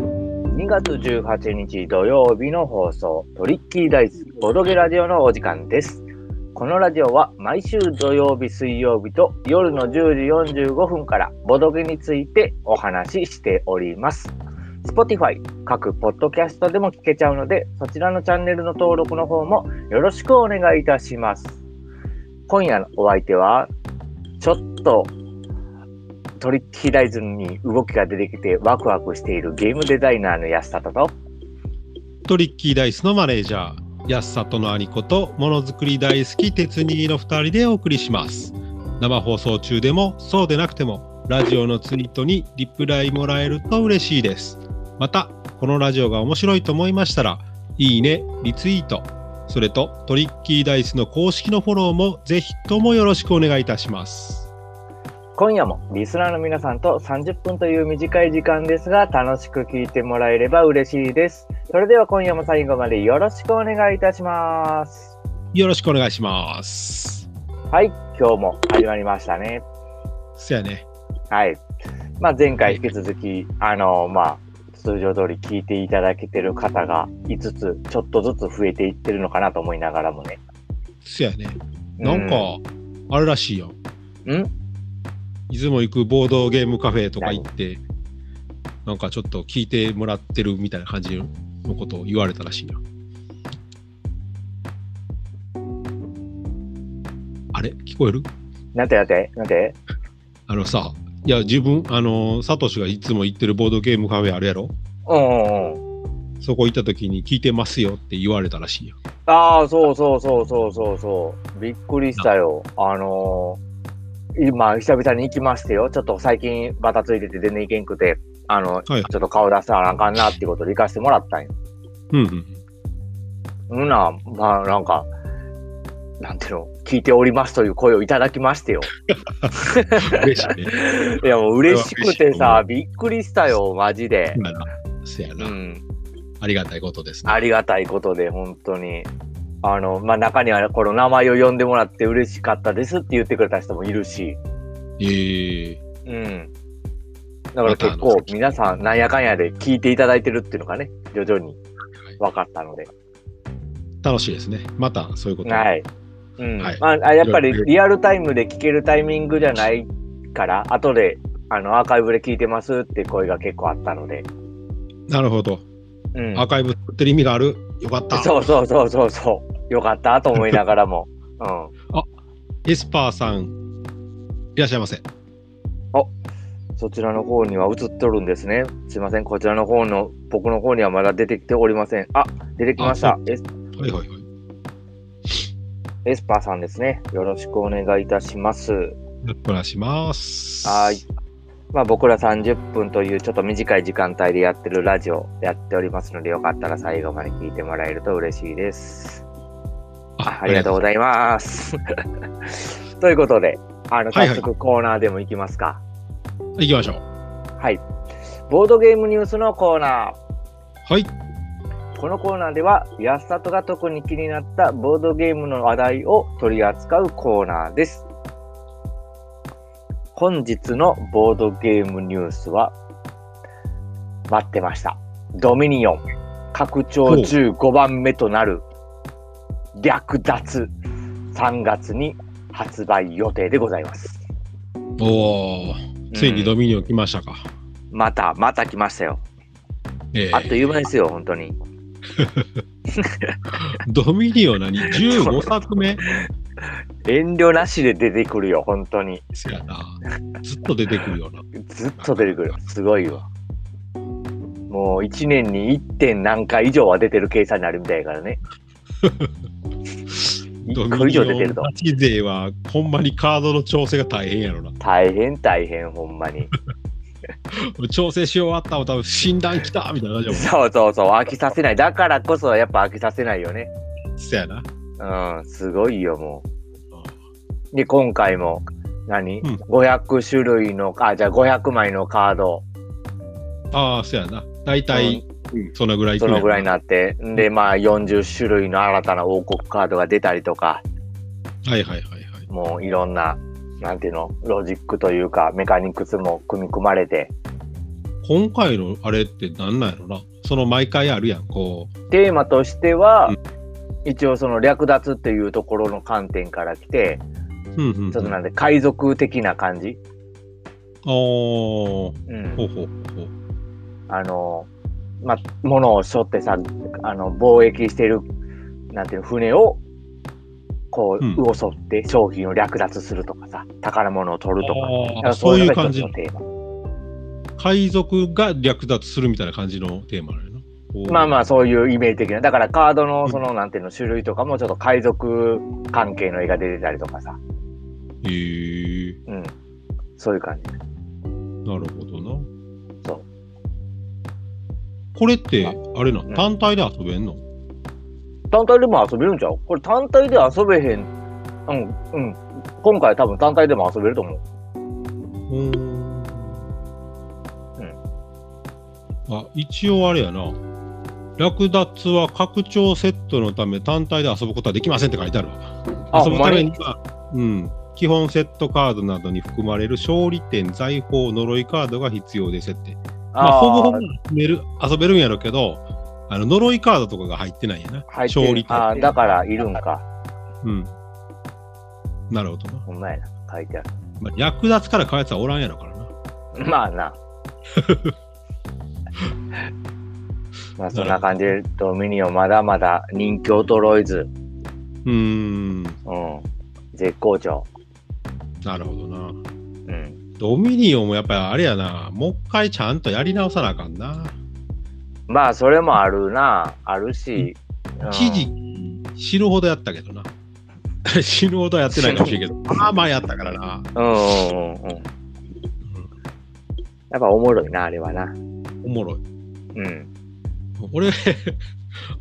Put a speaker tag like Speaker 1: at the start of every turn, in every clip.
Speaker 1: 2月18日土曜日の放送、トリッキーダイスボドゲラジオのお時間です。このラジオは毎週土曜日、水曜日と夜の10時45分からボドゲについてお話ししております。Spotify、各ポッドキャストでも聞けちゃうので、そちらのチャンネルの登録の方もよろしくお願いいたします。今夜のお相手は、ちょっとトリッキーダイズに動きが出てきてワクワクしているゲームデザイナーの安里と、
Speaker 2: トリッキーダイスのマネージャー、安里の兄こと、ものづくり大好き、鉄人の2人でお送りします。生放送中でも、そうでなくても、ラジオのツイートにリプライもらえると嬉しいです。また、このラジオが面白いと思いましたら、いいね、リツイート、それとトリッキーダイスの公式のフォローもぜひともよろしくお願いいたします。
Speaker 1: 今夜もリスナーの皆さんと30分という短い時間ですが、楽しく聞いてもらえれば嬉しいです。それでは今夜も最後までよろしくお願いいたします。
Speaker 2: よろしくお願いします。
Speaker 1: はい、今日も始まりましたね。
Speaker 2: そやね。
Speaker 1: はい。まあ、前回引き続き、あの、まあ、通常通り聞いていただけてる方が5つ、ちょっとずつ増えていってるのかなと思いながらもね。
Speaker 2: そやね。なんか、あるらしいよ。
Speaker 1: うん、ん
Speaker 2: 出雲行くボードゲームカフェとか行って、なんかちょっと聞いてもらってるみたいな感じのことを言われたらしいな。あれ聞こえる
Speaker 1: なんてなんてなんて
Speaker 2: あのさ、いや、自分、あのー、サトシがいつも行ってるボードゲームカフェあるやろ
Speaker 1: うんうんうん。
Speaker 2: そこ行った時に聞いてますよって言われたらしいよ。
Speaker 1: ああ、そうそうそうそうそうそう。びっくりしたよ。あのー、今、久々に行きましてよ。ちょっと最近バタついてて全然行けんくて、あの、
Speaker 2: はい
Speaker 1: ちょっと顔出さなあかんなってことで行かせてもらったんよ。
Speaker 2: うんうん。
Speaker 1: うんな、まあなんか、なんていうの、聞いておりますという声をいただきま してよ。
Speaker 2: 嬉しいね。
Speaker 1: いや、もう嬉しくて
Speaker 2: それは
Speaker 1: さ、びっくりしたよ、マジで
Speaker 2: そ。やな。そや
Speaker 1: う
Speaker 2: な。
Speaker 1: ん。
Speaker 2: ありがたいことですね。
Speaker 1: ありがたいことで、本当に。あの、まあ中にはこの名前を呼んでもらって嬉しかったですって言ってくれた人もいるし。
Speaker 2: えー、
Speaker 1: うん。だから結構
Speaker 2: またあの
Speaker 1: 皆さんなんやかんやで聞いていただいてるっていうのがね、徐々に分かったので。
Speaker 2: 楽しいですね。またそういうこと。
Speaker 1: はい。うん。
Speaker 2: はい
Speaker 1: まあ、あやっぱり
Speaker 2: いろいろ
Speaker 1: リアルタイムで聞けるタイミングじゃないから、後であのアーカイブで聞いてますって声が結構あったので。
Speaker 2: なるほど。
Speaker 1: うん。
Speaker 2: アーカイブ作ってる意味がある。よかった。
Speaker 1: そうそうそうそうそう。よかったと思いなが らも。うん。
Speaker 2: エスパーさん、いらっしゃいませ。
Speaker 1: そちらの方には映っとるんですね。すいません。こちらの方の、僕の方にはまだ出てきておりません。あ、出てきました
Speaker 2: あ。
Speaker 1: エス
Speaker 2: はいはいはい。
Speaker 1: エスパーさんですね。よろしくお願いいたします。
Speaker 2: お願いします。
Speaker 1: はい。まあ、僕ら30分というちょっと短い時間帯でやってるラジオやっておりますので、よかったら最後まで聞いてもらえると嬉しいです。あ
Speaker 2: あ
Speaker 1: ありがとうご
Speaker 2: ざ
Speaker 1: ざ
Speaker 2: い
Speaker 1: います。 ということで、あの、
Speaker 2: はいは
Speaker 1: 早
Speaker 2: い
Speaker 1: 速コーナーでも行きますか。
Speaker 2: ます。行きましょう。
Speaker 1: はい。ボードゲームニュースのコーナー。
Speaker 2: はい。
Speaker 1: このコーナーでは、安里が特に気になったボードゲームの話題を取り扱うコーナーです。本日のボードゲームニュースは、待ってました。ドミニオン、拡張
Speaker 2: ほう
Speaker 1: 15番目となる、略奪、3月に発売予定でございます。
Speaker 2: おお、ついにドミニオン来ましたか。
Speaker 1: うんまた、また来ましたよ。
Speaker 2: えー
Speaker 1: あっという間ですよ、本当に。
Speaker 2: ドミニオ ン何 ?15 作目
Speaker 1: 遠慮なしで出てくるよ、本当に。
Speaker 2: そやな。ずっと出てく るような。
Speaker 1: ずっと出てくる。すごいわ。もう1年に 1. 点何回以上は出てる計算になるみたいやからね。
Speaker 2: ド
Speaker 1: 1個以
Speaker 2: ミニ
Speaker 1: 上
Speaker 2: オ
Speaker 1: 出て
Speaker 2: ン
Speaker 1: ると。
Speaker 2: ガチ勢は、ほんまにカードの調整が大変やろな。
Speaker 1: 大変大変、ほんまに。
Speaker 2: 調整し終わったら、多分診断来たみたいな感じや
Speaker 1: そうそうそう、飽きさせない。だからこそやっぱ飽きさせないよね。
Speaker 2: もん。そやな。
Speaker 1: うん、すごいよ、もう。で、今回も何、
Speaker 2: うん
Speaker 1: ?500 種類の、あ、じゃあ500枚のカード。
Speaker 2: ああ、そやな。大体、そのぐらい
Speaker 1: そのぐらいに
Speaker 2: な。
Speaker 1: なって。で、まあ40種類の新たな王国カードが出たりとか。
Speaker 2: はいはいはいはい。
Speaker 1: もういろんな、なんていうの、ロジックというか、メカニクスも組み込まれて、
Speaker 2: 今回のあれってなんなんやろなその毎回あるやんこ
Speaker 1: テーマとしては、
Speaker 2: う
Speaker 1: 一応その略奪っていうところの観点から来て、
Speaker 2: う、うんうんうん、
Speaker 1: ちょっとなんで海賊的な感じ、
Speaker 2: おー
Speaker 1: うん
Speaker 2: ほうほうほう
Speaker 1: あの、ま、物を背負ってさ、あの、貿易してる、なんていうの、船を、こう、
Speaker 2: うん
Speaker 1: う襲って商品を略奪するとかさ、宝物を取るとか。だか
Speaker 2: あー
Speaker 1: ら
Speaker 2: そういう感
Speaker 1: そ
Speaker 2: じ
Speaker 1: のが一つのテー
Speaker 2: 海賊が略奪するみたいな感じのテーマあるなおー
Speaker 1: マまあまあ、そういうイメージ的な。だからカード
Speaker 2: う
Speaker 1: の、
Speaker 2: ん
Speaker 1: その、なんていうの、種類とかも、ちょっと海賊関係の絵が出てたりとかさ、
Speaker 2: へえ
Speaker 1: うん。そういう感じ。
Speaker 2: なるほどな
Speaker 1: そう
Speaker 2: これってあれな、
Speaker 1: ん
Speaker 2: 単体で遊べんの
Speaker 1: 単体でも遊べるんちゃうこれ単体で遊べへん。うん、うん。今回多分単体でも遊べると思う。
Speaker 2: うんあ一応あれやな略奪は拡張セットのため単体で遊ぶことはできませんって書いてあるわ
Speaker 1: あ
Speaker 2: 遊ぶために
Speaker 1: ほ
Speaker 2: は、うん、基本セットカードなどに含まれる勝利点財宝呪いカードが必要ですってまあ、
Speaker 1: あー
Speaker 2: ほぼほぼ遊べる遊べるんやろうけどあの呪いカードとかが入ってないんやな
Speaker 1: 入ってる
Speaker 2: 勝利
Speaker 1: あー
Speaker 2: 点
Speaker 1: だからいるんか。
Speaker 2: うんなるほどな、
Speaker 1: ほんまやな。書いてある。
Speaker 2: まあ、略奪から買うやつはおらんやろから な
Speaker 1: まあ な。まあそんな感じで、ドミニオンまだまだ人気衰えず、
Speaker 2: うーん
Speaker 1: うん。絶好調。
Speaker 2: なるほどな
Speaker 1: うん。
Speaker 2: ドミニオンもやっぱりあれやな、もう一回ちゃんとやり直さなあかんな。
Speaker 1: まあそれもあるな。あるし。うん
Speaker 2: 一時期死ぬほどやったけどな。 死ぬほどやってないかもし れんけど、まあまあやったからな。
Speaker 1: うんうんうんうん。やっぱおもろいな、あれはな。
Speaker 2: おもろい。
Speaker 1: うん。
Speaker 2: 俺、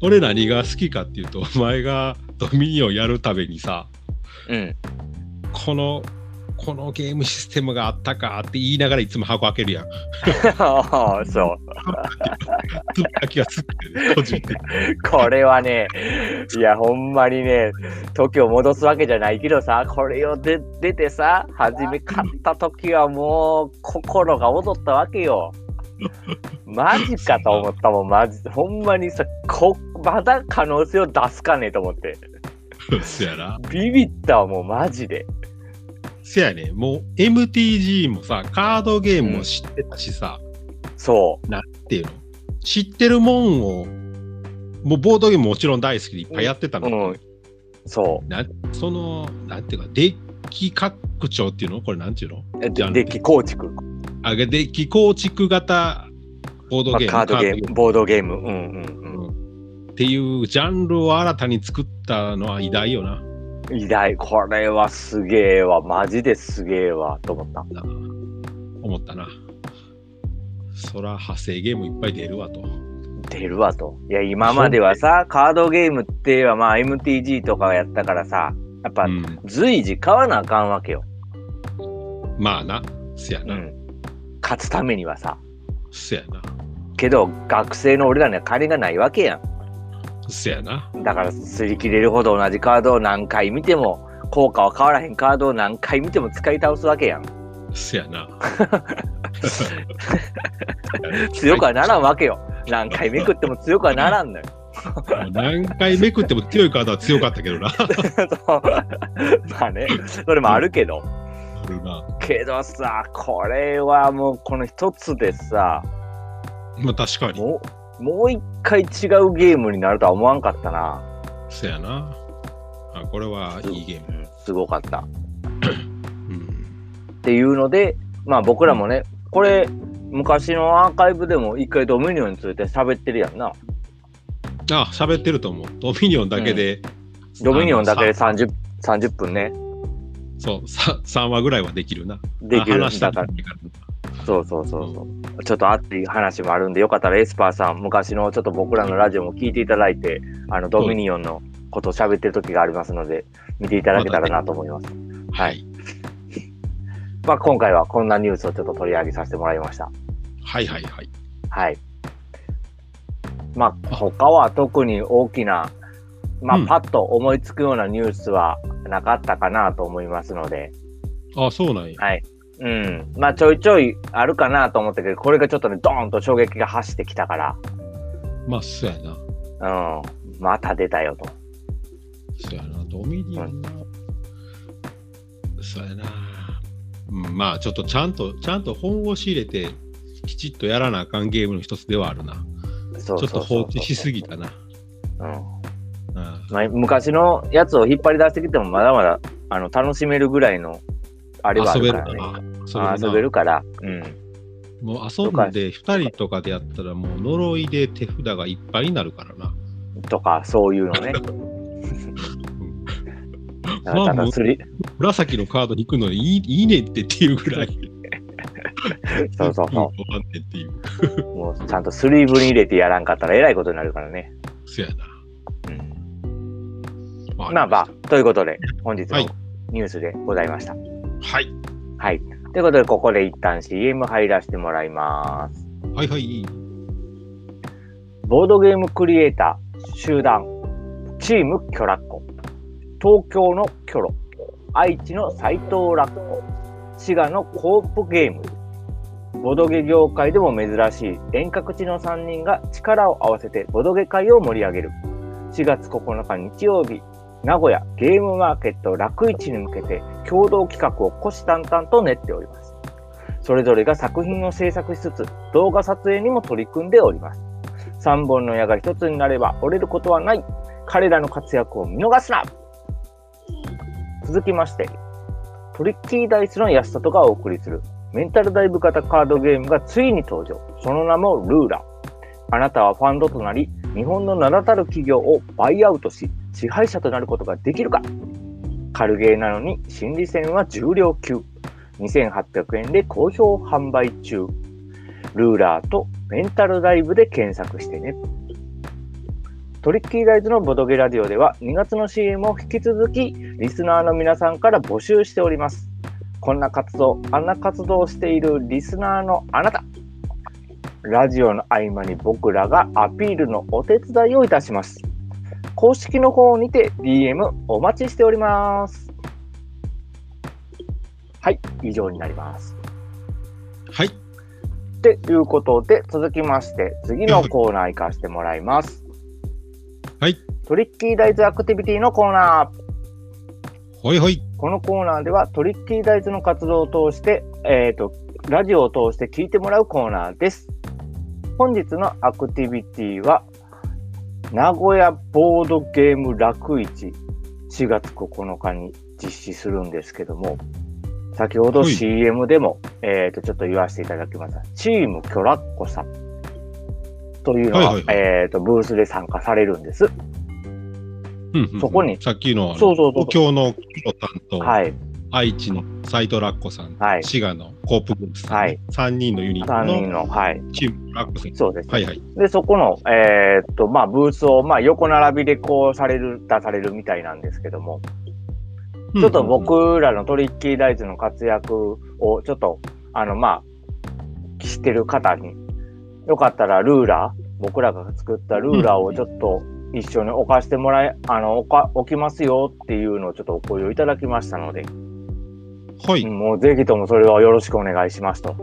Speaker 2: 俺何が好きかっていうと、お前がドミニオンやるたびにさ、
Speaker 1: うん。
Speaker 2: この、このゲームシステムがあったかって言いながらいつも箱開けるやん。
Speaker 1: ああ そう。
Speaker 2: つぶやきがつってね、閉じて。
Speaker 1: これはね、いや、ほんまにね、時を戻すわけじゃないけどさ、これをで出てさ、初め買った時はもう、心が踊ったわけよ。マジかと思ったもん、マジ。ほんまにさ、こまだ可能性を出すかねと思って。
Speaker 2: そやな。
Speaker 1: ビビったわ、もうマジで。
Speaker 2: せやね、もう MTG もさ、カードゲームも知ってたしさ、
Speaker 1: そ
Speaker 2: っていうの知ってるもんをもうボードゲームもちろん大好きでいっぱいやってた
Speaker 1: う。う
Speaker 2: の、
Speaker 1: ん。そ
Speaker 2: そのなんていうかデッキ拡張っていうのこれなんていうの
Speaker 1: う。え
Speaker 2: じゃあ
Speaker 1: デッキ構築。
Speaker 2: あデッキ構築型ボード
Speaker 1: まあ
Speaker 2: ゲーム,、
Speaker 1: カードゲーム、
Speaker 2: ム
Speaker 1: ボードゲーム。うんうん
Speaker 2: っていうジャンルを新たに作ったのは偉大よな
Speaker 1: うん。偉大。これはすげえわ。マジですげえわ。と思った。
Speaker 2: な思ったなそら派生ゲームいっぱい出るわと
Speaker 1: 出るわと。いや、今まではさ、カードゲームってはまあ MTG とかやったからさ、やっぱ
Speaker 2: うん
Speaker 1: 随時買わなあかんわけよ。
Speaker 2: まあなせや
Speaker 1: う
Speaker 2: な、
Speaker 1: ん。勝つためにはさ。
Speaker 2: せやな
Speaker 1: けど、学生の俺らには金がないわけやん。
Speaker 2: せやな
Speaker 1: だから、擦り切れるほど同じカードを何回見ても、効果は変わらへんカードを何回見ても使い倒すわけやん。
Speaker 2: せやな
Speaker 1: 強くはならんわけよ。何回めくっても強くはならん のよ。
Speaker 2: もう何回めくっても強いカードは強かったけどな。あ
Speaker 1: そうまあね、それもあるけど。
Speaker 2: るな
Speaker 1: けどさ、これはもうこの一つでさ、
Speaker 2: まあ確かに。
Speaker 1: もう、もう一回違うゲームになるとは思わんかったな。
Speaker 2: そやな。あこれはいいゲーム。
Speaker 1: うんすごかった。っ
Speaker 2: うん、
Speaker 1: ていうので、まあ僕らもね、これ、昔のアーカイブでも一回ドミニオンについて喋ってるやんな。
Speaker 2: あ喋ってると思う。ドミニオンだけで。
Speaker 1: ドミニオンだけで
Speaker 2: あのさ
Speaker 1: 30、30分ね、
Speaker 2: そうさ、3話ぐらいはできるな。
Speaker 1: でき
Speaker 2: あ
Speaker 1: る
Speaker 2: 話
Speaker 1: ん
Speaker 2: した
Speaker 1: だ
Speaker 2: 時
Speaker 1: から。そうそうそうそうう。ちょっと熱い話もあるんで、よかったらエスパーさん、昔のちょっと僕らのラジオも聞いていただいて、あの、ドミニオンのことを喋ってる時がありますので、見ていただけたらなと思います。
Speaker 2: はい。
Speaker 1: まあ今回はこんなニュースをちょっと取り上げさせてもらいました。
Speaker 2: はいはいはい。
Speaker 1: はい。まあ、他は特に大きな、ま
Speaker 2: う
Speaker 1: あ、
Speaker 2: ん
Speaker 1: パッと思いつくようなニュースはなかったかなと思いますので、
Speaker 2: あそうなんや。
Speaker 1: はい。うん。まあちょいちょいあるかなと思ったけど、これがちょっとね、ドーンと衝撃が走ってきたから、
Speaker 2: まあ、そうやな。
Speaker 1: うん。また出たよと。
Speaker 2: そうやな。ドミニオンの。そうやな。うんまあ、ちょっとちゃんと、ちゃんと本腰入れて、きちっとやらなあかんゲームの一つではあるな。
Speaker 1: そう
Speaker 2: ち
Speaker 1: そう
Speaker 2: ょっと放置しすぎたな。
Speaker 1: た。うん。
Speaker 2: うん
Speaker 1: まあ、昔のやつを引っ張り出してきても、まだまだあの楽しめるぐらいの、あれはあ
Speaker 2: 遊べ
Speaker 1: る
Speaker 2: る
Speaker 1: か
Speaker 2: から
Speaker 1: ね。
Speaker 2: な。
Speaker 1: あ遊
Speaker 2: 遊べ
Speaker 1: べ
Speaker 2: る
Speaker 1: るから。うん。
Speaker 2: なもう遊んで2人とかでやったらもう呪いで手札がいっぱいになるからな。
Speaker 1: とか、そういうのね。だからただ釣り、
Speaker 2: 紫のカードに行くのいいいいねってっていうぐらい。
Speaker 1: そうそうそ
Speaker 2: いいねっていう。
Speaker 1: う。もうちゃんとスリーブに入れてやらんかったらえらいことになるからね。
Speaker 2: そやな。
Speaker 1: うん。
Speaker 2: ま
Speaker 1: まあまあ、ということで、本日の
Speaker 2: はい
Speaker 1: ニュースでございました。はい。
Speaker 2: はい。
Speaker 1: ということで、ここで一旦 CM 入らせてもらいます。
Speaker 2: はいはい。
Speaker 1: ボードゲームクリエイター集団チームキョラッコ東京のキョロ愛知の斎藤ラッコ滋賀のコープゲームボドゲ業界でも珍しい遠隔地の3人が力を合わせてボドゲ界を盛り上げる4月9日日曜日名古屋ゲームマーケット楽市に向けて共同企画を虎視眈々と練っておりますそれぞれが作品を制作しつつ動画撮影にも取り組んでおります三本の矢が一つになれば折れることはない。彼らの活躍を見逃すな続きまして、トリッキーダイスの安里がお送りするメンタルダイブ型カードゲームがついに登場。その名もルーラ。あなたはファンドとなり、日本の名だたる企業をバイアウトし、支配者となることができるか軽ゲーなのに心理戦は重量級。2800円で好評販売中。ルーラーとメンタルライブで検索してね。トリッキーダイズのボドゲラジオでは2月の CM を引き続きリスナーの皆さんから募集しております。こんな活動、あんな活動をしているリスナーのあなた。ラジオの合間に僕らがアピールのお手伝いをいたします。公式の方にて DM お待ちしております。はい、以上になります。
Speaker 2: はい。
Speaker 1: ということで、続きまして、次のコーナー行かせてもらいます。
Speaker 2: はい。
Speaker 1: トリッキーダイズアクティビティのコーナー。
Speaker 2: ほいほい。
Speaker 1: このコーナーでは、トリッキーダイズの活動を通して、えっ、と、ラジオを通して聞いてもらうコーナーです。本日のアクティビティは、名古屋ボードゲーム楽市、4月9日に実施するんですけども、先ほど
Speaker 2: はい
Speaker 1: CM でも、えっ、と、ちょっと言わせていただきました。チームキョラッコさんというのは、
Speaker 2: はいはい
Speaker 1: えっ、と、ブースで参加されるんです。
Speaker 2: うんうん
Speaker 1: そこに
Speaker 2: さっきのあの
Speaker 1: そうそうそう
Speaker 2: 東京のキロさんと、
Speaker 1: はい。
Speaker 2: 愛知の斎藤ラッコさん、
Speaker 1: はい
Speaker 2: 滋賀のコープグループさん、
Speaker 1: はい
Speaker 2: 3人のユニッ
Speaker 1: 3
Speaker 2: ト
Speaker 1: 人
Speaker 2: の
Speaker 1: の、はい。
Speaker 2: チームラッコさん。
Speaker 1: そうです。
Speaker 2: はいはい。
Speaker 1: で、そこの、えーっと、まあ、ブースを、まあ、横並びでこうされる、出されるみたいなんですけども、ちょっと
Speaker 2: うんうん
Speaker 1: 僕らのトリッキーダイズの活躍を、ちょっと、あの、まあ、知ってる方に、よかったらルーラー、僕らが作ったルーラーをちょっと一緒に置かしてもらえ、あの、置か、置きますよっていうのをちょっとお声をいただきましたので、
Speaker 2: うんはい。
Speaker 1: もうぜひともそれはよろしくお願いしますと。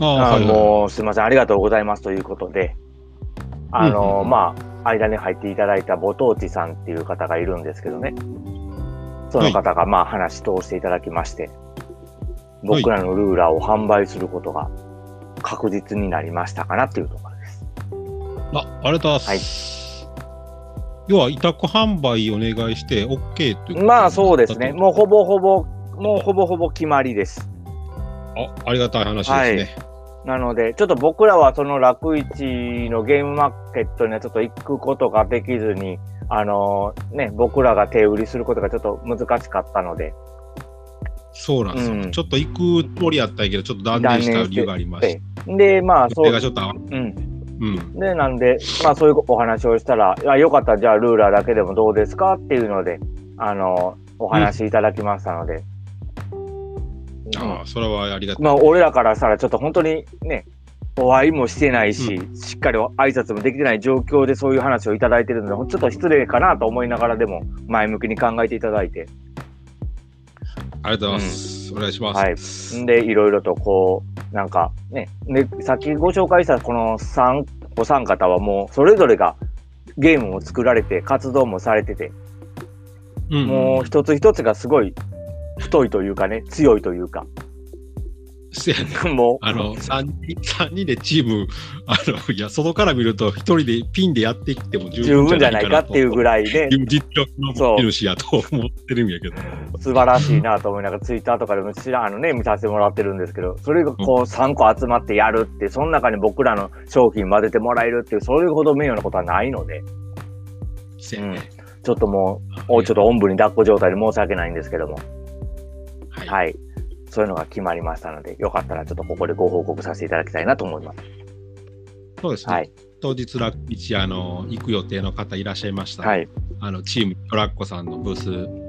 Speaker 2: あ
Speaker 1: あ
Speaker 2: あ、はいはい。
Speaker 1: もうすいません、ありがとうございますということで、あの、
Speaker 2: うんうんうん
Speaker 1: まあ、間に入っていただいたご当地さんっていう方がいるんですけどね、その方が、まあ、話通していただきまして、僕らのルーラーを販売することが確実になりましたかなっていうところです。
Speaker 2: あありがとうございます。要は委託販売お願いして OK ということ
Speaker 1: まあ、そうですね、
Speaker 2: だと
Speaker 1: もうほぼほぼ、もうほぼほぼ決まりです。
Speaker 2: あありがたい話ですね。
Speaker 1: なので、ちょっと僕らはその楽市のゲームマーケットにはちょっと行くことができずに、あのーね、僕らが手売りすることがちょっと難しかったので、
Speaker 2: そうなんですよ、
Speaker 1: うん
Speaker 2: ちょっと行くつもりやったんやけど、ちょっと断念した理由がありまして。
Speaker 1: で、まあ、
Speaker 2: 予
Speaker 1: そ
Speaker 2: 定が
Speaker 1: う、
Speaker 2: ちょっと合わ
Speaker 1: うん。
Speaker 2: うん。
Speaker 1: で、なんで、まあ、そういうお話をしたら、いやよかったら、じゃあ、ルーラーだけでもどうですかっていうので、あのーお話いただきましたので、うん
Speaker 2: ああ、それはありがたい。
Speaker 1: まあ、俺らからしたら、ちょっと本当にね、お会いもしてないし、しっかり挨拶もできてない状況でそういう話をいただいてるので、ちょっと失礼かなと思いながらでも、前向きに考えていただいて、
Speaker 2: ありがとうございます。お願いします。
Speaker 1: はいんで、いろいろとこう、なんかね、ねさっきご紹介したこの三お三方はもう、それぞれがゲームも作られて、活動もされてて、
Speaker 2: うん
Speaker 1: もう一つ一つがすごい太いというかね、強いというか、
Speaker 2: せやね
Speaker 1: もう、
Speaker 2: あの3人三人でチームあのいや外から見ると一人でピンでやってきても十
Speaker 1: 十分
Speaker 2: 分
Speaker 1: じ
Speaker 2: じ
Speaker 1: ゃ
Speaker 2: ゃ
Speaker 1: な
Speaker 2: ないい
Speaker 1: か
Speaker 2: か
Speaker 1: っていうぐ
Speaker 2: らい
Speaker 1: らいね、
Speaker 2: 実力の持ってるしやと思ってるんやけど
Speaker 1: 素晴らしいなと思いながら、ツイッターとかでも知らんあのね、見させてもらってるんですけど、それがこう3個集まってやるって、その中に僕らの商品混ぜてもらえるっていう、それほど名誉なことはないので、
Speaker 2: せやね
Speaker 1: ちょっともう、おちょっとおんぶに抱っこ状態で申し訳ないんですけども、
Speaker 2: はい
Speaker 1: はい。そういうのが決まりましたので、よかったらちょっとここでご報告させていただきたいなと思います。
Speaker 2: そうですね、
Speaker 1: はい。
Speaker 2: 当日楽市あの行く予定の方いらっしゃいましたら、
Speaker 1: はい。
Speaker 2: あのチームトラッコさんのブー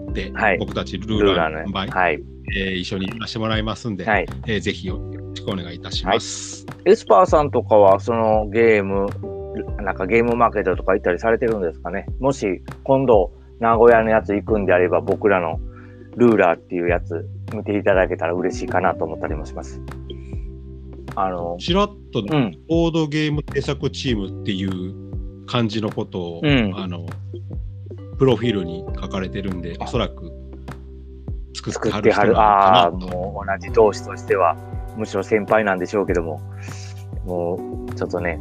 Speaker 2: スで、
Speaker 1: はい
Speaker 2: 僕たちル
Speaker 1: ル
Speaker 2: ー
Speaker 1: ーラ
Speaker 2: ラ
Speaker 1: ーね。
Speaker 2: ー販売、
Speaker 1: はい。
Speaker 2: えー一緒に行らしてもらいますんで、
Speaker 1: はい。
Speaker 2: えーぜひよろしくお願いいたします、
Speaker 1: エスパーさんとかは、そのゲーム、なんかゲームマーケットとか行ったりされてるんですかね。もし、今度、名古屋のやつ行くんであれば、僕らのルーラーっていうやつ、見ていただけたら嬉しいかなと思ったりもします。あの、
Speaker 2: ちらっと
Speaker 1: うん、
Speaker 2: ボードゲーム制作チームっていう感じのことを、
Speaker 1: うん
Speaker 2: あのプロフィールに書かれてるんで、おそらく作
Speaker 1: 作
Speaker 2: っては
Speaker 1: っ
Speaker 2: る
Speaker 1: ては
Speaker 2: 人なの
Speaker 1: る。ああ
Speaker 2: か
Speaker 1: ー、
Speaker 2: なと。
Speaker 1: もう同じ同志としては、むしろ先輩なんでしょうけども、もう、ちょっとね、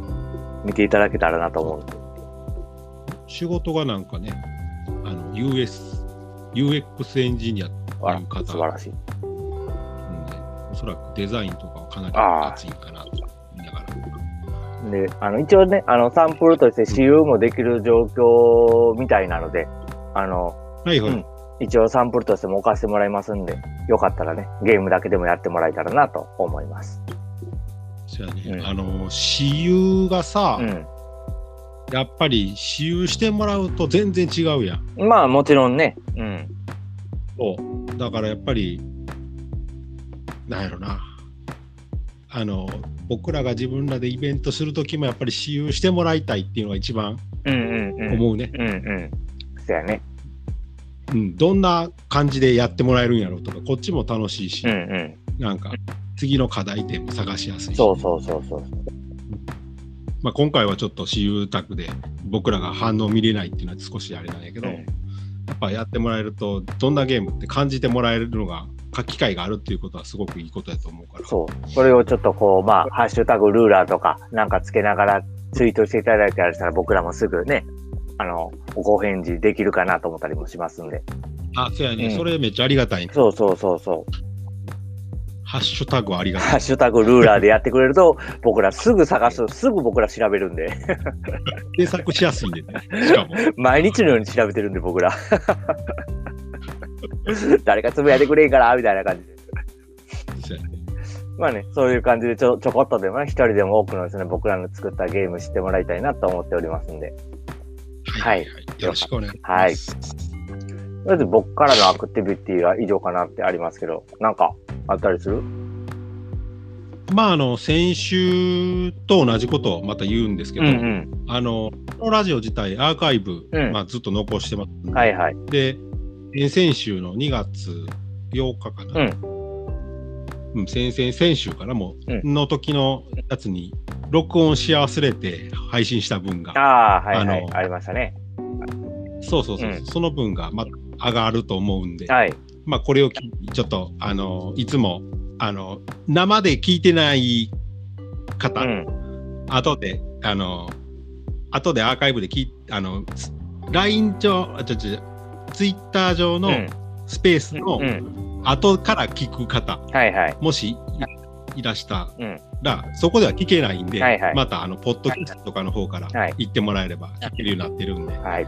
Speaker 1: 見ていただけたらなと思う。
Speaker 2: 仕事がなんかね、あの US UX エンジニアって
Speaker 1: あら
Speaker 2: いう方
Speaker 1: 素晴らしい。
Speaker 2: なんで、おそらくデザインとかはかなり
Speaker 1: あー
Speaker 2: 熱いかなと思いながら。
Speaker 1: であの一応ねあのサンプルとして使用もできる状況みたいなのであの
Speaker 2: はいはい、
Speaker 1: うん一応サンプルとしても置かせてもらいますんでよかったらねゲームだけでもやってもらえたらなと思います
Speaker 2: そうやね、
Speaker 1: うん
Speaker 2: あの私有がさ、
Speaker 1: う
Speaker 2: やっぱり私有してもらうと全然違うやん。
Speaker 1: んまあもちろんねうん
Speaker 2: そうだからやっぱりなんやろなあの僕らが自分らでイベントする時もやっぱり私有してもらいたいっていうのが一番
Speaker 1: うんうんうん
Speaker 2: 思うね、
Speaker 1: うんうんそやね
Speaker 2: うんどんな感じでやってもらえるんやろうとかこっちも楽しいし
Speaker 1: うん、うん
Speaker 2: なんか次の課題点も探しやすいし
Speaker 1: そうそうそうそう
Speaker 2: まあ、今回はちょっと私有宅で僕らが反応見れないっていうのは少しあれなんやけど、
Speaker 1: うん
Speaker 2: やっぱやってもらえるとどんなゲームって感じてもらえるのが書き機会があるっていうことはすごくいいことやと思うから。
Speaker 1: そうそれをちょっとこうまあ「ハッシュタグルーラー」とかなんかつけながらツイートしていただいたりしたら僕らもすぐねあのご返事できるかなと思ったりもしますんで
Speaker 2: あ、そうやね、
Speaker 1: うん
Speaker 2: それめっちゃありがたいね。
Speaker 1: そうそうそうそう
Speaker 2: ハッシュタグあり がたい。
Speaker 1: ハッシュタグルーラーでやってくれると、僕らすぐ探す、すぐ僕ら調べるんで、
Speaker 2: 制作しやすいんでね。しかも。
Speaker 1: 毎日のように調べてるんで、僕ら。 誰かつぶやいてくれんから、みたいな感じで。
Speaker 2: そうやね
Speaker 1: まあね、そういう感じでちょちょこっとでもね、一人でも多くのですね、僕らの作ったゲーム知ってもらいたいなと思っておりますんで。
Speaker 2: はい。よろしくお願いしま
Speaker 1: と
Speaker 2: す。
Speaker 1: りあえず僕からのアクティビティは以上かなってありますけど、なんかあったりする
Speaker 2: まあ、あの、先週と同じことをまた言うんですけど、
Speaker 1: ん
Speaker 2: あの、このラジオ自体アーカイブ、
Speaker 1: うん
Speaker 2: まあ、ずっと残してますんで、
Speaker 1: はいはい。
Speaker 2: で、先々週の2月8日かな。うん先々先週からもう、
Speaker 1: う
Speaker 2: の時のやつに録音し忘れて配信した分が
Speaker 1: ああ、はいはい
Speaker 2: あ。の
Speaker 1: ありましたね。
Speaker 2: そうそうそう、
Speaker 1: うん
Speaker 2: その分がまた上がると思うんで、
Speaker 1: はい。
Speaker 2: まあ、これを機にちょっとあのいつもあの生で聞いてない方、
Speaker 1: うん。
Speaker 2: 後であの後でアーカイブで聞いあのつ LINE 上あちょちょツイッター上の
Speaker 1: うん
Speaker 2: スペースの
Speaker 1: うん。
Speaker 2: 後から聞く方、
Speaker 1: はいはい。
Speaker 2: もしいいらした
Speaker 1: うん
Speaker 2: ら、そこでは聞けないんで、
Speaker 1: はいはい
Speaker 2: またあのポッドキャストとかの方から
Speaker 1: はい
Speaker 2: 行ってもらえれば聞けるようになってるんで、
Speaker 1: はい。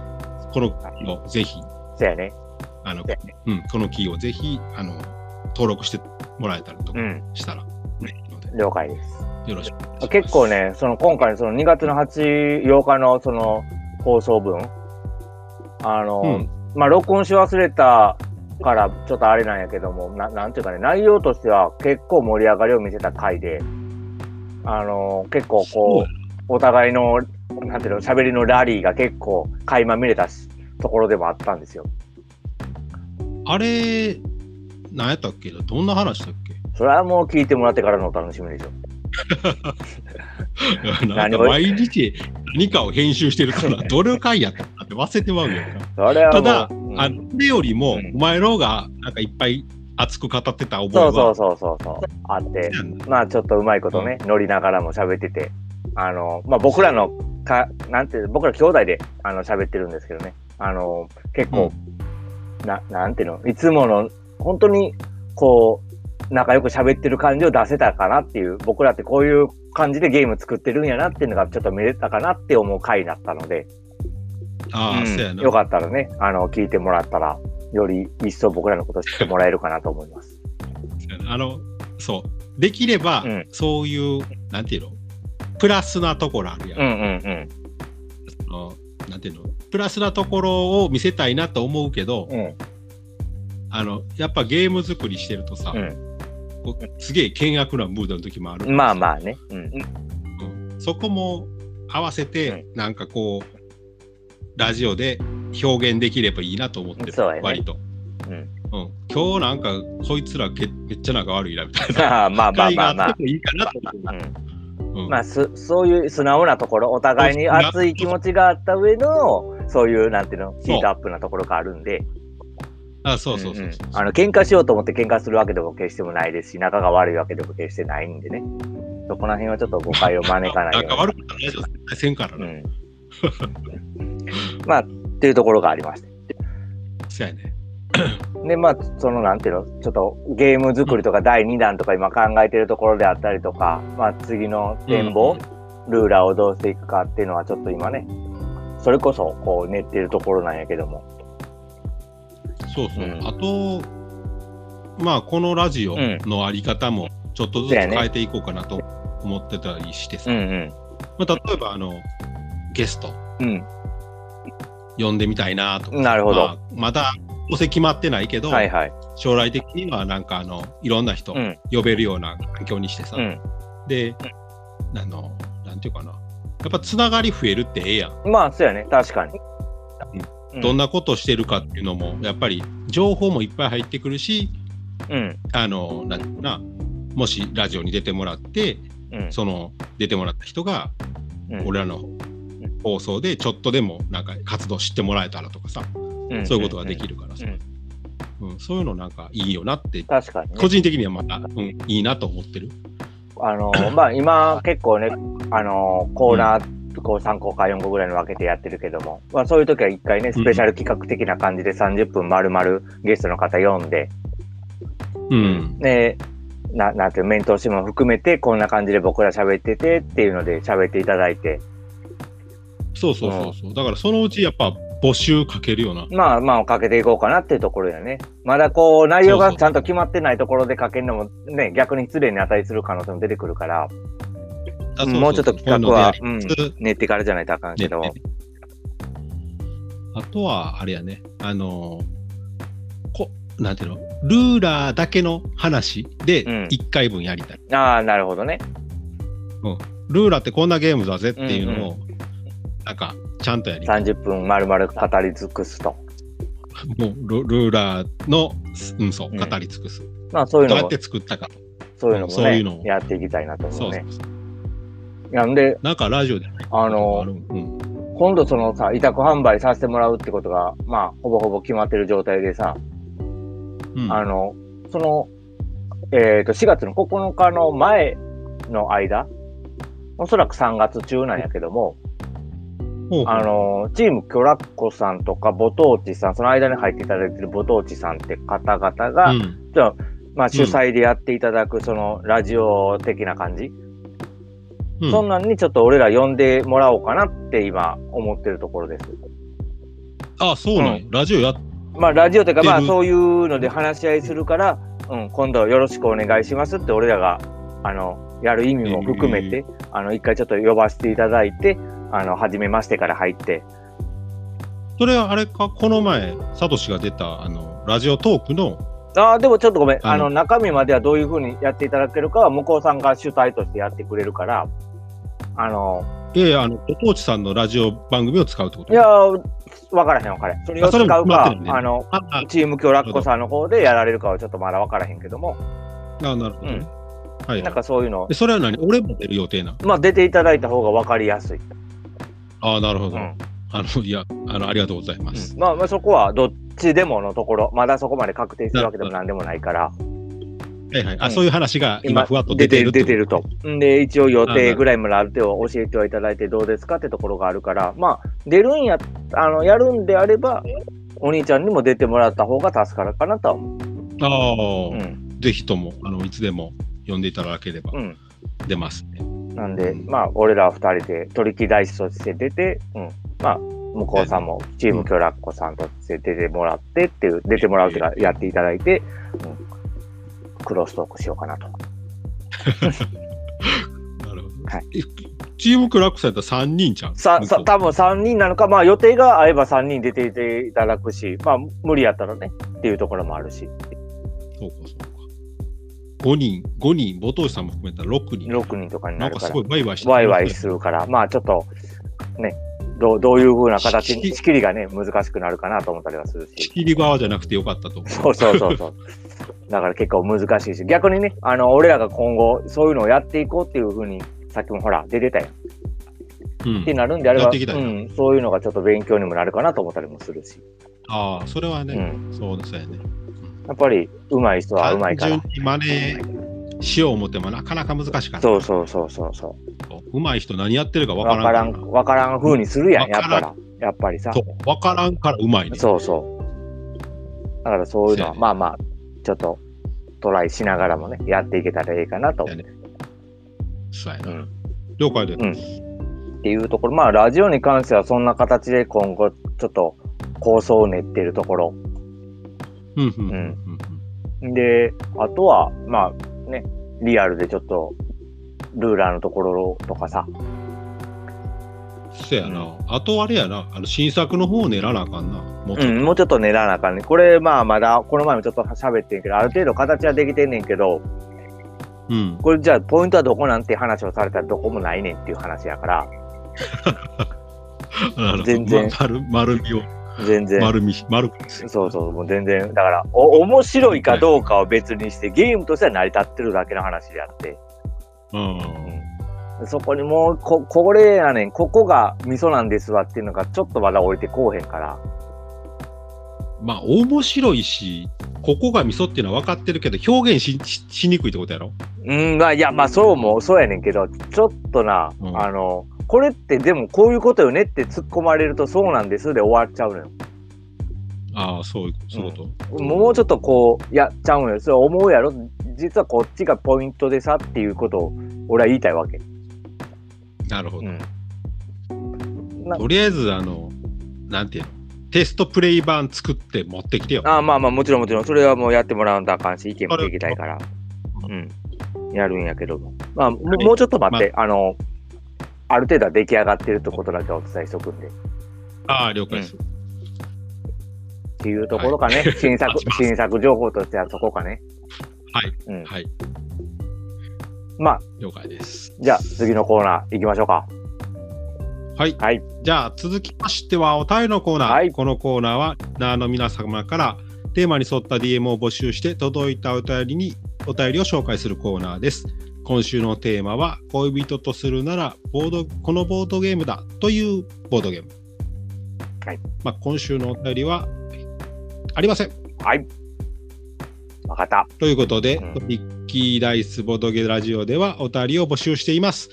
Speaker 2: この機をぜひ
Speaker 1: そうやね。
Speaker 2: あの
Speaker 1: そうやね。
Speaker 2: うん、このキーをぜひあの登録してもらえたりと
Speaker 1: う
Speaker 2: か
Speaker 1: ん。
Speaker 2: したら、嬉しいので
Speaker 1: 了解です。
Speaker 2: よろしくお願いします。
Speaker 1: 結構ね、その今回のその2月の8、8日のその放送分、あの、
Speaker 2: うん
Speaker 1: まあ、録音し忘れたからちょっとあれなんやけども、ななんていうかね、内容としては結構盛り上がりを見せた回で、あの、結構こう、お互いの、なんていうの、喋りのラリーが結構垣間見れたしところでもあったんですよ。
Speaker 2: あれ何やったっけどんな話だっ け
Speaker 1: それはもう聞いてもらってからのお楽しみでしょ。
Speaker 2: なんか 毎日何かを編集してるから、どれを回やったかって忘れてまうよ。
Speaker 1: それはも
Speaker 2: た
Speaker 1: う
Speaker 2: だ、
Speaker 1: うん
Speaker 2: あの、それよりも、
Speaker 1: うん
Speaker 2: お前の方が、なんかいっぱい熱く語ってた覚え
Speaker 1: そ
Speaker 2: は。
Speaker 1: うそうそうそうそう。あって、まあちょっとうまいことね、乗りながらも喋ってて、あの、まあ僕らのか、なんていう、僕ら兄弟であの喋ってるんですけどね、あの、結構、な、なんていうの、いつもの、本当に、こう、仲良く喋ってる感じを出せたかなっていう、僕らってこういう感じでゲーム作ってるんやなっていうのがちょっと見れたかなって思う回だったので、
Speaker 2: ああ、
Speaker 1: うん
Speaker 2: そうやな。
Speaker 1: よかったらね、あの、聞いてもらったら、より一層僕らのこと知ってもらえるかなと思います。
Speaker 2: あの、そう。できれば、
Speaker 1: うん
Speaker 2: そういう、なんていうのプラスなところあるやん。
Speaker 1: うんうん
Speaker 2: そのなんていうのプラスなところを見せたいなと思うけど、
Speaker 1: うん。うん。
Speaker 2: あの、やっぱゲーム作りしてるとさ、
Speaker 1: うん
Speaker 2: こうすげえ険悪なムードの時もある。
Speaker 1: まあまあね。うん。
Speaker 2: うんそこも合わせて、なんかこう、ラジオで表現できればいいなと思ってる、
Speaker 1: そうやね
Speaker 2: 割と。
Speaker 1: うん
Speaker 2: うん今日なんか、こいつらけめっちゃ仲悪いなみたいな。
Speaker 1: まあ まあまあまあま
Speaker 2: 会が
Speaker 1: あ
Speaker 2: っ。てもいいかなと思って
Speaker 1: うんまあ、すそういう素直なところ、お互いに熱い気持ちがあった上の、そういう、なんていうの、ヒートアップなところがあるんで、
Speaker 2: あ、そうそうそううん
Speaker 1: うん
Speaker 2: そう。
Speaker 1: あの喧嘩しようと思って喧嘩するわけでも決してもないですし、仲が悪いわけでも決してないんでね、そこら辺はちょっと誤解を招かないよう
Speaker 2: 仲
Speaker 1: に。
Speaker 2: 悪くなるラジオ絶対せんから
Speaker 1: う
Speaker 2: な。
Speaker 1: ん、 まあ、っていうところがありまして。
Speaker 2: そうやね。
Speaker 1: でまあそのなんていうのちょっとゲーム作りとか第2弾とか今考えてるところであったりとか、まあ、次の展望、ルーラーをどうしていくかっていうのはちょっと今ねそれこそこう練ってるところなんやけども
Speaker 2: そうそう。
Speaker 1: うん
Speaker 2: あと、まあ、このラジオのあり方も、ちょっとずつ
Speaker 1: そうやね
Speaker 2: 変えていこうかなと思ってたりしてさ。
Speaker 1: うんうん
Speaker 2: まあ、例えば、あの、ゲスト
Speaker 1: う
Speaker 2: 呼んでみたいなとか
Speaker 1: んなるほど、
Speaker 2: まあ、まだ構成決まってないけど、
Speaker 1: はいはい
Speaker 2: 将来的にはなんかあのいろんな人
Speaker 1: うん
Speaker 2: 呼べるような環境にしてさ、
Speaker 1: うん
Speaker 2: であのなんていうかなやっぱつながり増えるってええやん、
Speaker 1: まあそうやね確かにうん
Speaker 2: どんなことしてるかっていうのもやっぱり情報もいっぱい入ってくるし
Speaker 1: うん
Speaker 2: あのなんていうかなもしラジオに出てもらって
Speaker 1: うん
Speaker 2: その出てもらった人が
Speaker 1: うん
Speaker 2: 俺らの放送でちょっとでもなんか活動知ってもらえたらとかさ、
Speaker 1: ん
Speaker 2: そういうことができるからさ、うんそういうのなんかいいよなって
Speaker 1: 確かに、ね、
Speaker 2: 個人的にはまた、うん、いいなと思ってる。
Speaker 1: あ のまあ今結構ねあのコーナー、こう3個か4個ぐらいに分けてやってるけども、まあ、そういう時は一回ねスペシャル企画的な感じで30分丸々ゲストの方読んで、
Speaker 2: うん。
Speaker 1: でななんていうの面通しも含めてこんな感じで僕ら喋っててっていうので喋っていただいて
Speaker 2: そうそうそうそう。だからそのうちやっぱ募集かけるような。
Speaker 1: まあまあかけていこうかなっていうところやねまだこう内容
Speaker 2: そう
Speaker 1: が
Speaker 2: そう
Speaker 1: ちゃんと決まってないところでかけるのもね逆に失礼に値する可能性も出てくるから
Speaker 2: あそうそう
Speaker 1: もうちょっと企画は
Speaker 2: こういうのでやりつつ
Speaker 1: 練ってからじゃないとあかんけど、
Speaker 2: ねねあとはあれやね、あのーこ、なんていうの、ルーラーだけの話で
Speaker 1: うん
Speaker 2: 1回分やりたい。
Speaker 1: ああなるほどね
Speaker 2: ルーラーってこんなゲームだぜっていうのを、なんかちゃんとやりたい。
Speaker 1: 30分丸々語り尽くすと。
Speaker 2: もうルルーラーの、うん、そう、
Speaker 1: うん
Speaker 2: 語り尽くす。
Speaker 1: まあそういう
Speaker 2: どう
Speaker 1: の
Speaker 2: やっ
Speaker 1: も
Speaker 2: て、作ったか。
Speaker 1: そういうのも
Speaker 2: そういうの
Speaker 1: ね
Speaker 2: も、
Speaker 1: やっていきたいなと
Speaker 2: そ
Speaker 1: 思う
Speaker 2: うそ
Speaker 1: ね
Speaker 2: う。そう。
Speaker 1: なんで、
Speaker 2: なんかラジオでない
Speaker 1: あの
Speaker 2: ある、うん、
Speaker 1: 今度そのさ、委託販売させてもらうってことが、まあ、ほぼほぼ決まってる状態でさ、
Speaker 2: うん
Speaker 1: あの、その、えっ、と、4月の9日の前の間、おそらく3月中なんやけども、
Speaker 2: ほうほう
Speaker 1: あの、チームキョラッコさんとか、ボトーチさん、その間に入っていただいてるボトーチさんって方々が、
Speaker 2: うん
Speaker 1: じゃあ、まあ、主催でやっていただく、その、ラジオ的な感じ、
Speaker 2: うん
Speaker 1: そんなんにちょっと俺ら呼んでもらおうかなって今思ってるところです。
Speaker 2: あ、そうなんや、ラジオやっ
Speaker 1: まあラジオというか
Speaker 2: で
Speaker 1: まあ
Speaker 2: ル
Speaker 1: そういうので話し合いするから、うん、今度よろしくお願いしますって俺らがあのやる意味も含めて、
Speaker 2: え
Speaker 1: あの一回ちょっと呼ばせていただいてあの初めましてから入って
Speaker 2: それはあれか、この前、サトシが出たあのラジオトークの、
Speaker 1: ああでもちょっとごめん
Speaker 2: あ
Speaker 1: あ
Speaker 2: の
Speaker 1: の中身まではどういうふうにやっていただけるかは向こうさんが主体としてやってくれるからあの
Speaker 2: ええあの、お父ちさんのラジオ番組を使うってこと
Speaker 1: いやー分からへん分からへん。それを
Speaker 2: あそ
Speaker 1: 使
Speaker 2: れ
Speaker 1: うか、
Speaker 2: も決まってるね
Speaker 1: あの、
Speaker 2: ああ
Speaker 1: チーム協楽子さんの方でやられるかはちょっとまだ分からへんけども、
Speaker 2: あなるほど、ね
Speaker 1: うん
Speaker 2: はい
Speaker 1: なんかそういうの
Speaker 2: え、それは何俺も出る予定なの
Speaker 1: まあ出ていただいた方が分かりやすい。
Speaker 2: ああなるほ
Speaker 1: う
Speaker 2: ど、
Speaker 1: ん。
Speaker 2: あのいやあのありがとうございます、
Speaker 1: まあまあそこはどっちでものところ、まだそこまで確定するわけでもなんでもないから、
Speaker 2: はいはいあ、
Speaker 1: うん
Speaker 2: そういう話が今ふわっと
Speaker 1: 出
Speaker 2: 出て
Speaker 1: て
Speaker 2: る
Speaker 1: る
Speaker 2: っ
Speaker 1: 出
Speaker 2: てこ
Speaker 1: てると。んで、一応予定ぐらいまである程度教えてはいただいてどうですかってところがあるから、まあ出るんや、あの、やるんであれば、お兄ちゃんにも出てもらった方が助かるかなとは思う。う
Speaker 2: ああ、
Speaker 1: ん。
Speaker 2: ぜひともあのいつでも呼んでいただければ
Speaker 1: うん。
Speaker 2: 出ますね、
Speaker 1: なんで、まあ、俺ら二人で取引大師として出て、うん。まあ、向こうさんもチーム協楽子さんとして出てもらってっていう、出てもらうっていうか、やっていただいて、うん。クロストークしようかなと。
Speaker 2: なるほど、
Speaker 1: はい
Speaker 2: えチームクラックさんやったら3人じゃん
Speaker 1: さ、
Speaker 2: 向こ
Speaker 1: さ、
Speaker 2: う
Speaker 1: 多分3人なのか、まあ予定が合えば3人出ていていただくし、まあ無理やったらね、っていうところもあるし、
Speaker 2: そうかそうか5人5人母藤さんも含めたら6人
Speaker 1: 6人とかにな
Speaker 2: な
Speaker 1: んる
Speaker 2: か
Speaker 1: か
Speaker 2: す
Speaker 1: ら
Speaker 2: ご、いワイワイして
Speaker 1: ワイワイするから、まあちょっと、ね、どう、どういう風な形
Speaker 2: 仕切
Speaker 1: に、
Speaker 2: り
Speaker 1: 仕切りがね、難しくなるかなと思ったりはするし。
Speaker 2: 仕切り側じゃなくてよかったと思う
Speaker 1: そうそうそうそう。だから結構難しいし、逆にね、あの、俺らが今後、そういうのをやっていこうっていうふうに、さっきもほら、出てたやん。っ
Speaker 2: うん
Speaker 1: てなるんであれ
Speaker 2: や
Speaker 1: ば、
Speaker 2: っていきたいな
Speaker 1: うん、そういうのがちょっと勉強にもなるかなと思ったりもするし。
Speaker 2: ああそれは
Speaker 1: う
Speaker 2: ね、
Speaker 1: ん。
Speaker 2: そうですよね
Speaker 1: やっぱり、上手い人は上手いか
Speaker 2: 単
Speaker 1: ら。
Speaker 2: 純に真似しよう思ってもなかなか難しいから
Speaker 1: そうそうそうそうそう。
Speaker 2: うまい人何やってるかわ
Speaker 1: わ
Speaker 2: か
Speaker 1: からら
Speaker 2: ん
Speaker 1: ん、
Speaker 2: から
Speaker 1: わからん風にするやん、や
Speaker 2: わ
Speaker 1: っ
Speaker 2: か
Speaker 1: ぱ
Speaker 2: らん
Speaker 1: ら。やっぱりさ。
Speaker 2: そうわからんからうまいね
Speaker 1: そうそう。だからそういうのは、
Speaker 2: そうやね
Speaker 1: まあまあ、ちょっとトライしながらもね、やっていけたらいいかなと。
Speaker 2: やねそうやな、
Speaker 1: うん
Speaker 2: 了解で、
Speaker 1: んっていうところ、まあラジオに関してはそんな形で今後、ちょっと構想を練ってるところ。
Speaker 2: うんうんうん
Speaker 1: う
Speaker 2: うん
Speaker 1: で、あとは、まあね、リアルでちょっと、ルーラーのところとかさ、
Speaker 2: そうやな、
Speaker 1: う
Speaker 2: あとあれやなあの新作の方を練らなあかんなもうち
Speaker 1: う
Speaker 2: ょっ
Speaker 1: ん、もうちょっと練らなあかんね。これ、まあまだ、この前もちょっと喋ってんけど、ある程度形はできてんねんけど、
Speaker 2: とうん
Speaker 1: これじゃあポイントはどこなんて話をされたらどこもないねんっていう話やから、
Speaker 2: なるほど
Speaker 1: 全然
Speaker 2: ま丸丸みを
Speaker 1: 全然。
Speaker 2: 丸み丸くです
Speaker 1: そうそう、もう全然、だから、お、面白いかどうかは別にして、ゲームとしては成り立ってるだけの話であって、
Speaker 2: うん
Speaker 1: そこにもう、こ、これやねん、ここが味噌なんですわっていうのが、ちょっとまだ降りてこうへんから、
Speaker 2: まあ面白いしここが味噌っていうのは分かってるけど表現しししにくいってことやろ
Speaker 1: うん、まあ、いや、まあ、そうも、そうやねんけど、ちょっとな、
Speaker 2: うん
Speaker 1: あの、これってでもこういうことよねって突っ込まれると、そうなんですで終わっちゃうのよ。
Speaker 2: ああそういうそういうこと、
Speaker 1: もうちょっとこう、やっちゃうのよ。それ思うやろ実はこっちがポイントでさっていうことを、俺は言いたいわけ。
Speaker 2: なるほど、
Speaker 1: うん。な
Speaker 2: とりあえずあのなんていうのテストプレイ版作って持ってきてよ
Speaker 1: ああまあまあもちろんもちろんそれはもうやってもらうんだあかんし意見も聞きたいからうんやるんやけどもまあもうもうちょっと待って、あ、のある程度は出来上がってるってことだけお伝えしとくんでっ
Speaker 2: ああ了解です、
Speaker 1: ていうところかね、新作
Speaker 2: 待ちます
Speaker 1: 新作情報としてはそこかね
Speaker 2: はい、
Speaker 1: うん
Speaker 2: はい
Speaker 1: まあ
Speaker 2: 了解です
Speaker 1: じゃあ次のコーナー行きましょうか
Speaker 2: はい、
Speaker 1: はい
Speaker 2: じゃあ続きましてはお便りのコーナー、
Speaker 1: はい
Speaker 2: このコーナーはリスナーの皆様からテーマに沿った DM を募集して届いたお便りにお便りを紹介するコーナーです今週のテーマは恋人とするならボードこのボードゲームだというボードゲーム
Speaker 1: はい、
Speaker 2: まあ、今週のお便りはありません
Speaker 1: はいわかった
Speaker 2: ということで、
Speaker 1: うん
Speaker 2: トリッキーダイスボドゲラジオではお便りを募集しています。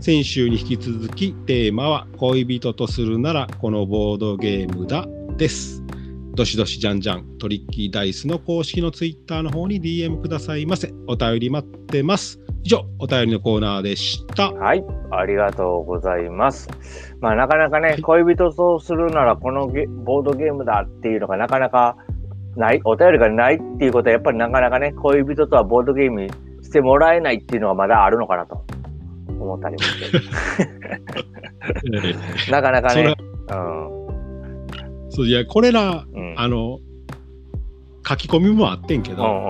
Speaker 2: 先週に引き続きテーマは恋人とするならこのボードゲームだです。どしどしじゃんじゃんトリッキーダイスの公式のツイッターの方に DM くださいませ。お便り待ってます。以上、お便りのコーナー でした。
Speaker 1: はい、ありがとうございます。まあ、なかなかね、恋人とするならこのゲボードゲームだっていうのがなかなかない、お便りがないっていうことは、やっぱりなかなかね、恋人とはボードゲームにしてもらえないっていうのはまだあるのかなと思ったりも して、なかなか
Speaker 2: それ
Speaker 1: ね、うん、
Speaker 2: そういやこれら
Speaker 1: うん、
Speaker 2: あの書き込みもあってんけ
Speaker 1: う
Speaker 2: ど、
Speaker 1: ん、うん、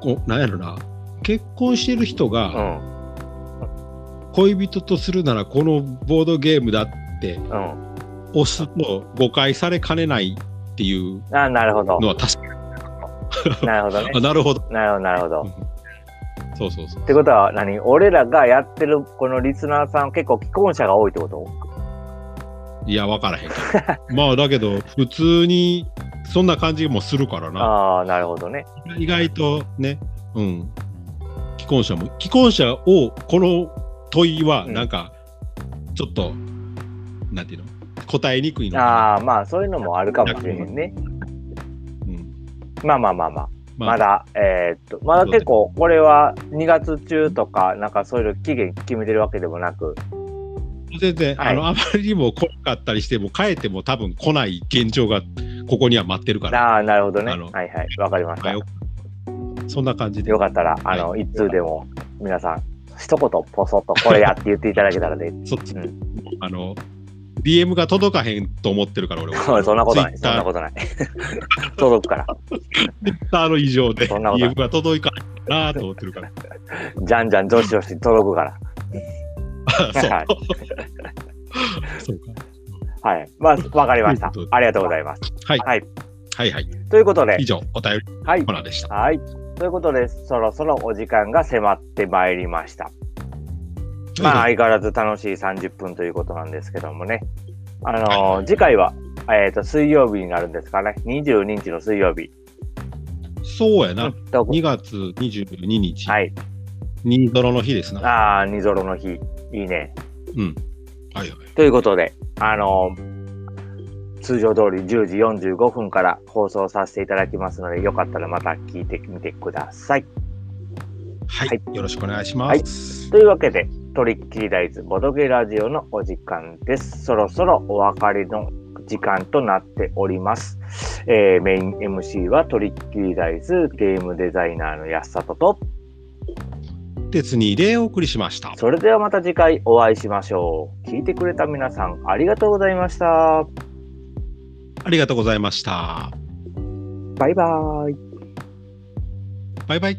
Speaker 2: こうなんやろな結婚してる人が、
Speaker 1: うん、
Speaker 2: 恋人とするならこのボードゲームだって
Speaker 1: うん、
Speaker 2: 押すと誤解されかねないっていう
Speaker 1: あなるほ ど
Speaker 2: の。は確かに
Speaker 1: なるほどね。
Speaker 2: あなるほど
Speaker 1: なるほど、なるほど。
Speaker 2: そうそうそう
Speaker 1: ってことは何俺らがやってるこのリスナーさん結構既婚者が多いってこと
Speaker 2: いや分からへんからまあだけど 普通にそんな感じもするからな
Speaker 1: ああー、なるほどね。
Speaker 2: 意外とねうん既婚者も既婚者をこの問いは
Speaker 1: うん
Speaker 2: なんかちょっと、なんていうの答えにくいのかな
Speaker 1: ああ、まあそういうのもあるかもしれへんね。
Speaker 2: うん
Speaker 1: まあまあまあまあ。
Speaker 2: まあ
Speaker 1: まだ、えーっと、まだ結構、これは2月中とか、なんかそういう期限決めてるわけでもなく、
Speaker 2: 全然、
Speaker 1: はい
Speaker 2: あのあまりにも来なかったりしても帰っても多分来ない現状がここには待ってるから
Speaker 1: ああ、なるほどね。
Speaker 2: あ
Speaker 1: はい
Speaker 2: の
Speaker 1: はい。わかりました。
Speaker 2: よそんな感じで
Speaker 1: よかったら、あの、一通でも、皆さん、一言ポソッとこれやって言っていただけたら で、
Speaker 2: そっち、
Speaker 1: う
Speaker 2: あの DM が届かへんと思ってるから俺 は
Speaker 1: そんなことない。そん
Speaker 2: Twitter
Speaker 1: なことない。 届くから。
Speaker 2: あの以上で
Speaker 1: そんなことない
Speaker 2: DM が届いかないなと思って るから
Speaker 1: じゃんじゃん、どしどし届くから。
Speaker 2: そう
Speaker 1: はい
Speaker 2: そうか
Speaker 1: はい。まあ、わかりま した
Speaker 2: ということ。で
Speaker 1: ありがとうございます。
Speaker 2: はい
Speaker 1: はい。
Speaker 2: はいはい
Speaker 1: ということで
Speaker 2: 以、上お便り
Speaker 1: はい
Speaker 2: コ。ーナーでした
Speaker 1: はい。ということで、そろそろお時間が迫ってまいりました。まあ、
Speaker 2: はい
Speaker 1: 相変わらず楽しい30分ということなんですけどもね。あのー
Speaker 2: は
Speaker 1: 次回は、えっ、と、水曜日になるんですかね。22日の水曜日。
Speaker 2: そうやな
Speaker 1: どこ
Speaker 2: 2月22日、
Speaker 1: はい。
Speaker 2: ニードロの日ですな
Speaker 1: ああ、ニゾロの日。いいね。
Speaker 2: うんはいはい
Speaker 1: ということで、あのー通常通り10時45分から放送させていただきますので、よかったらまた聞いてみてください。
Speaker 2: はい、
Speaker 1: は
Speaker 2: よろしくお願いします、
Speaker 1: はいというわけで、トリッキーダイズボドゲラジオのお時間です。そろそろお別れの時間となっております。えーメイン MC はトリッキーダイズゲームデザイナーの安里と、
Speaker 2: 鉄にでお送りしました
Speaker 1: それではまた次回お会いしましょう。聞いてくれた皆さんありがとうございました。
Speaker 2: ありがとうございました
Speaker 1: バイバーイ。
Speaker 2: バイバイ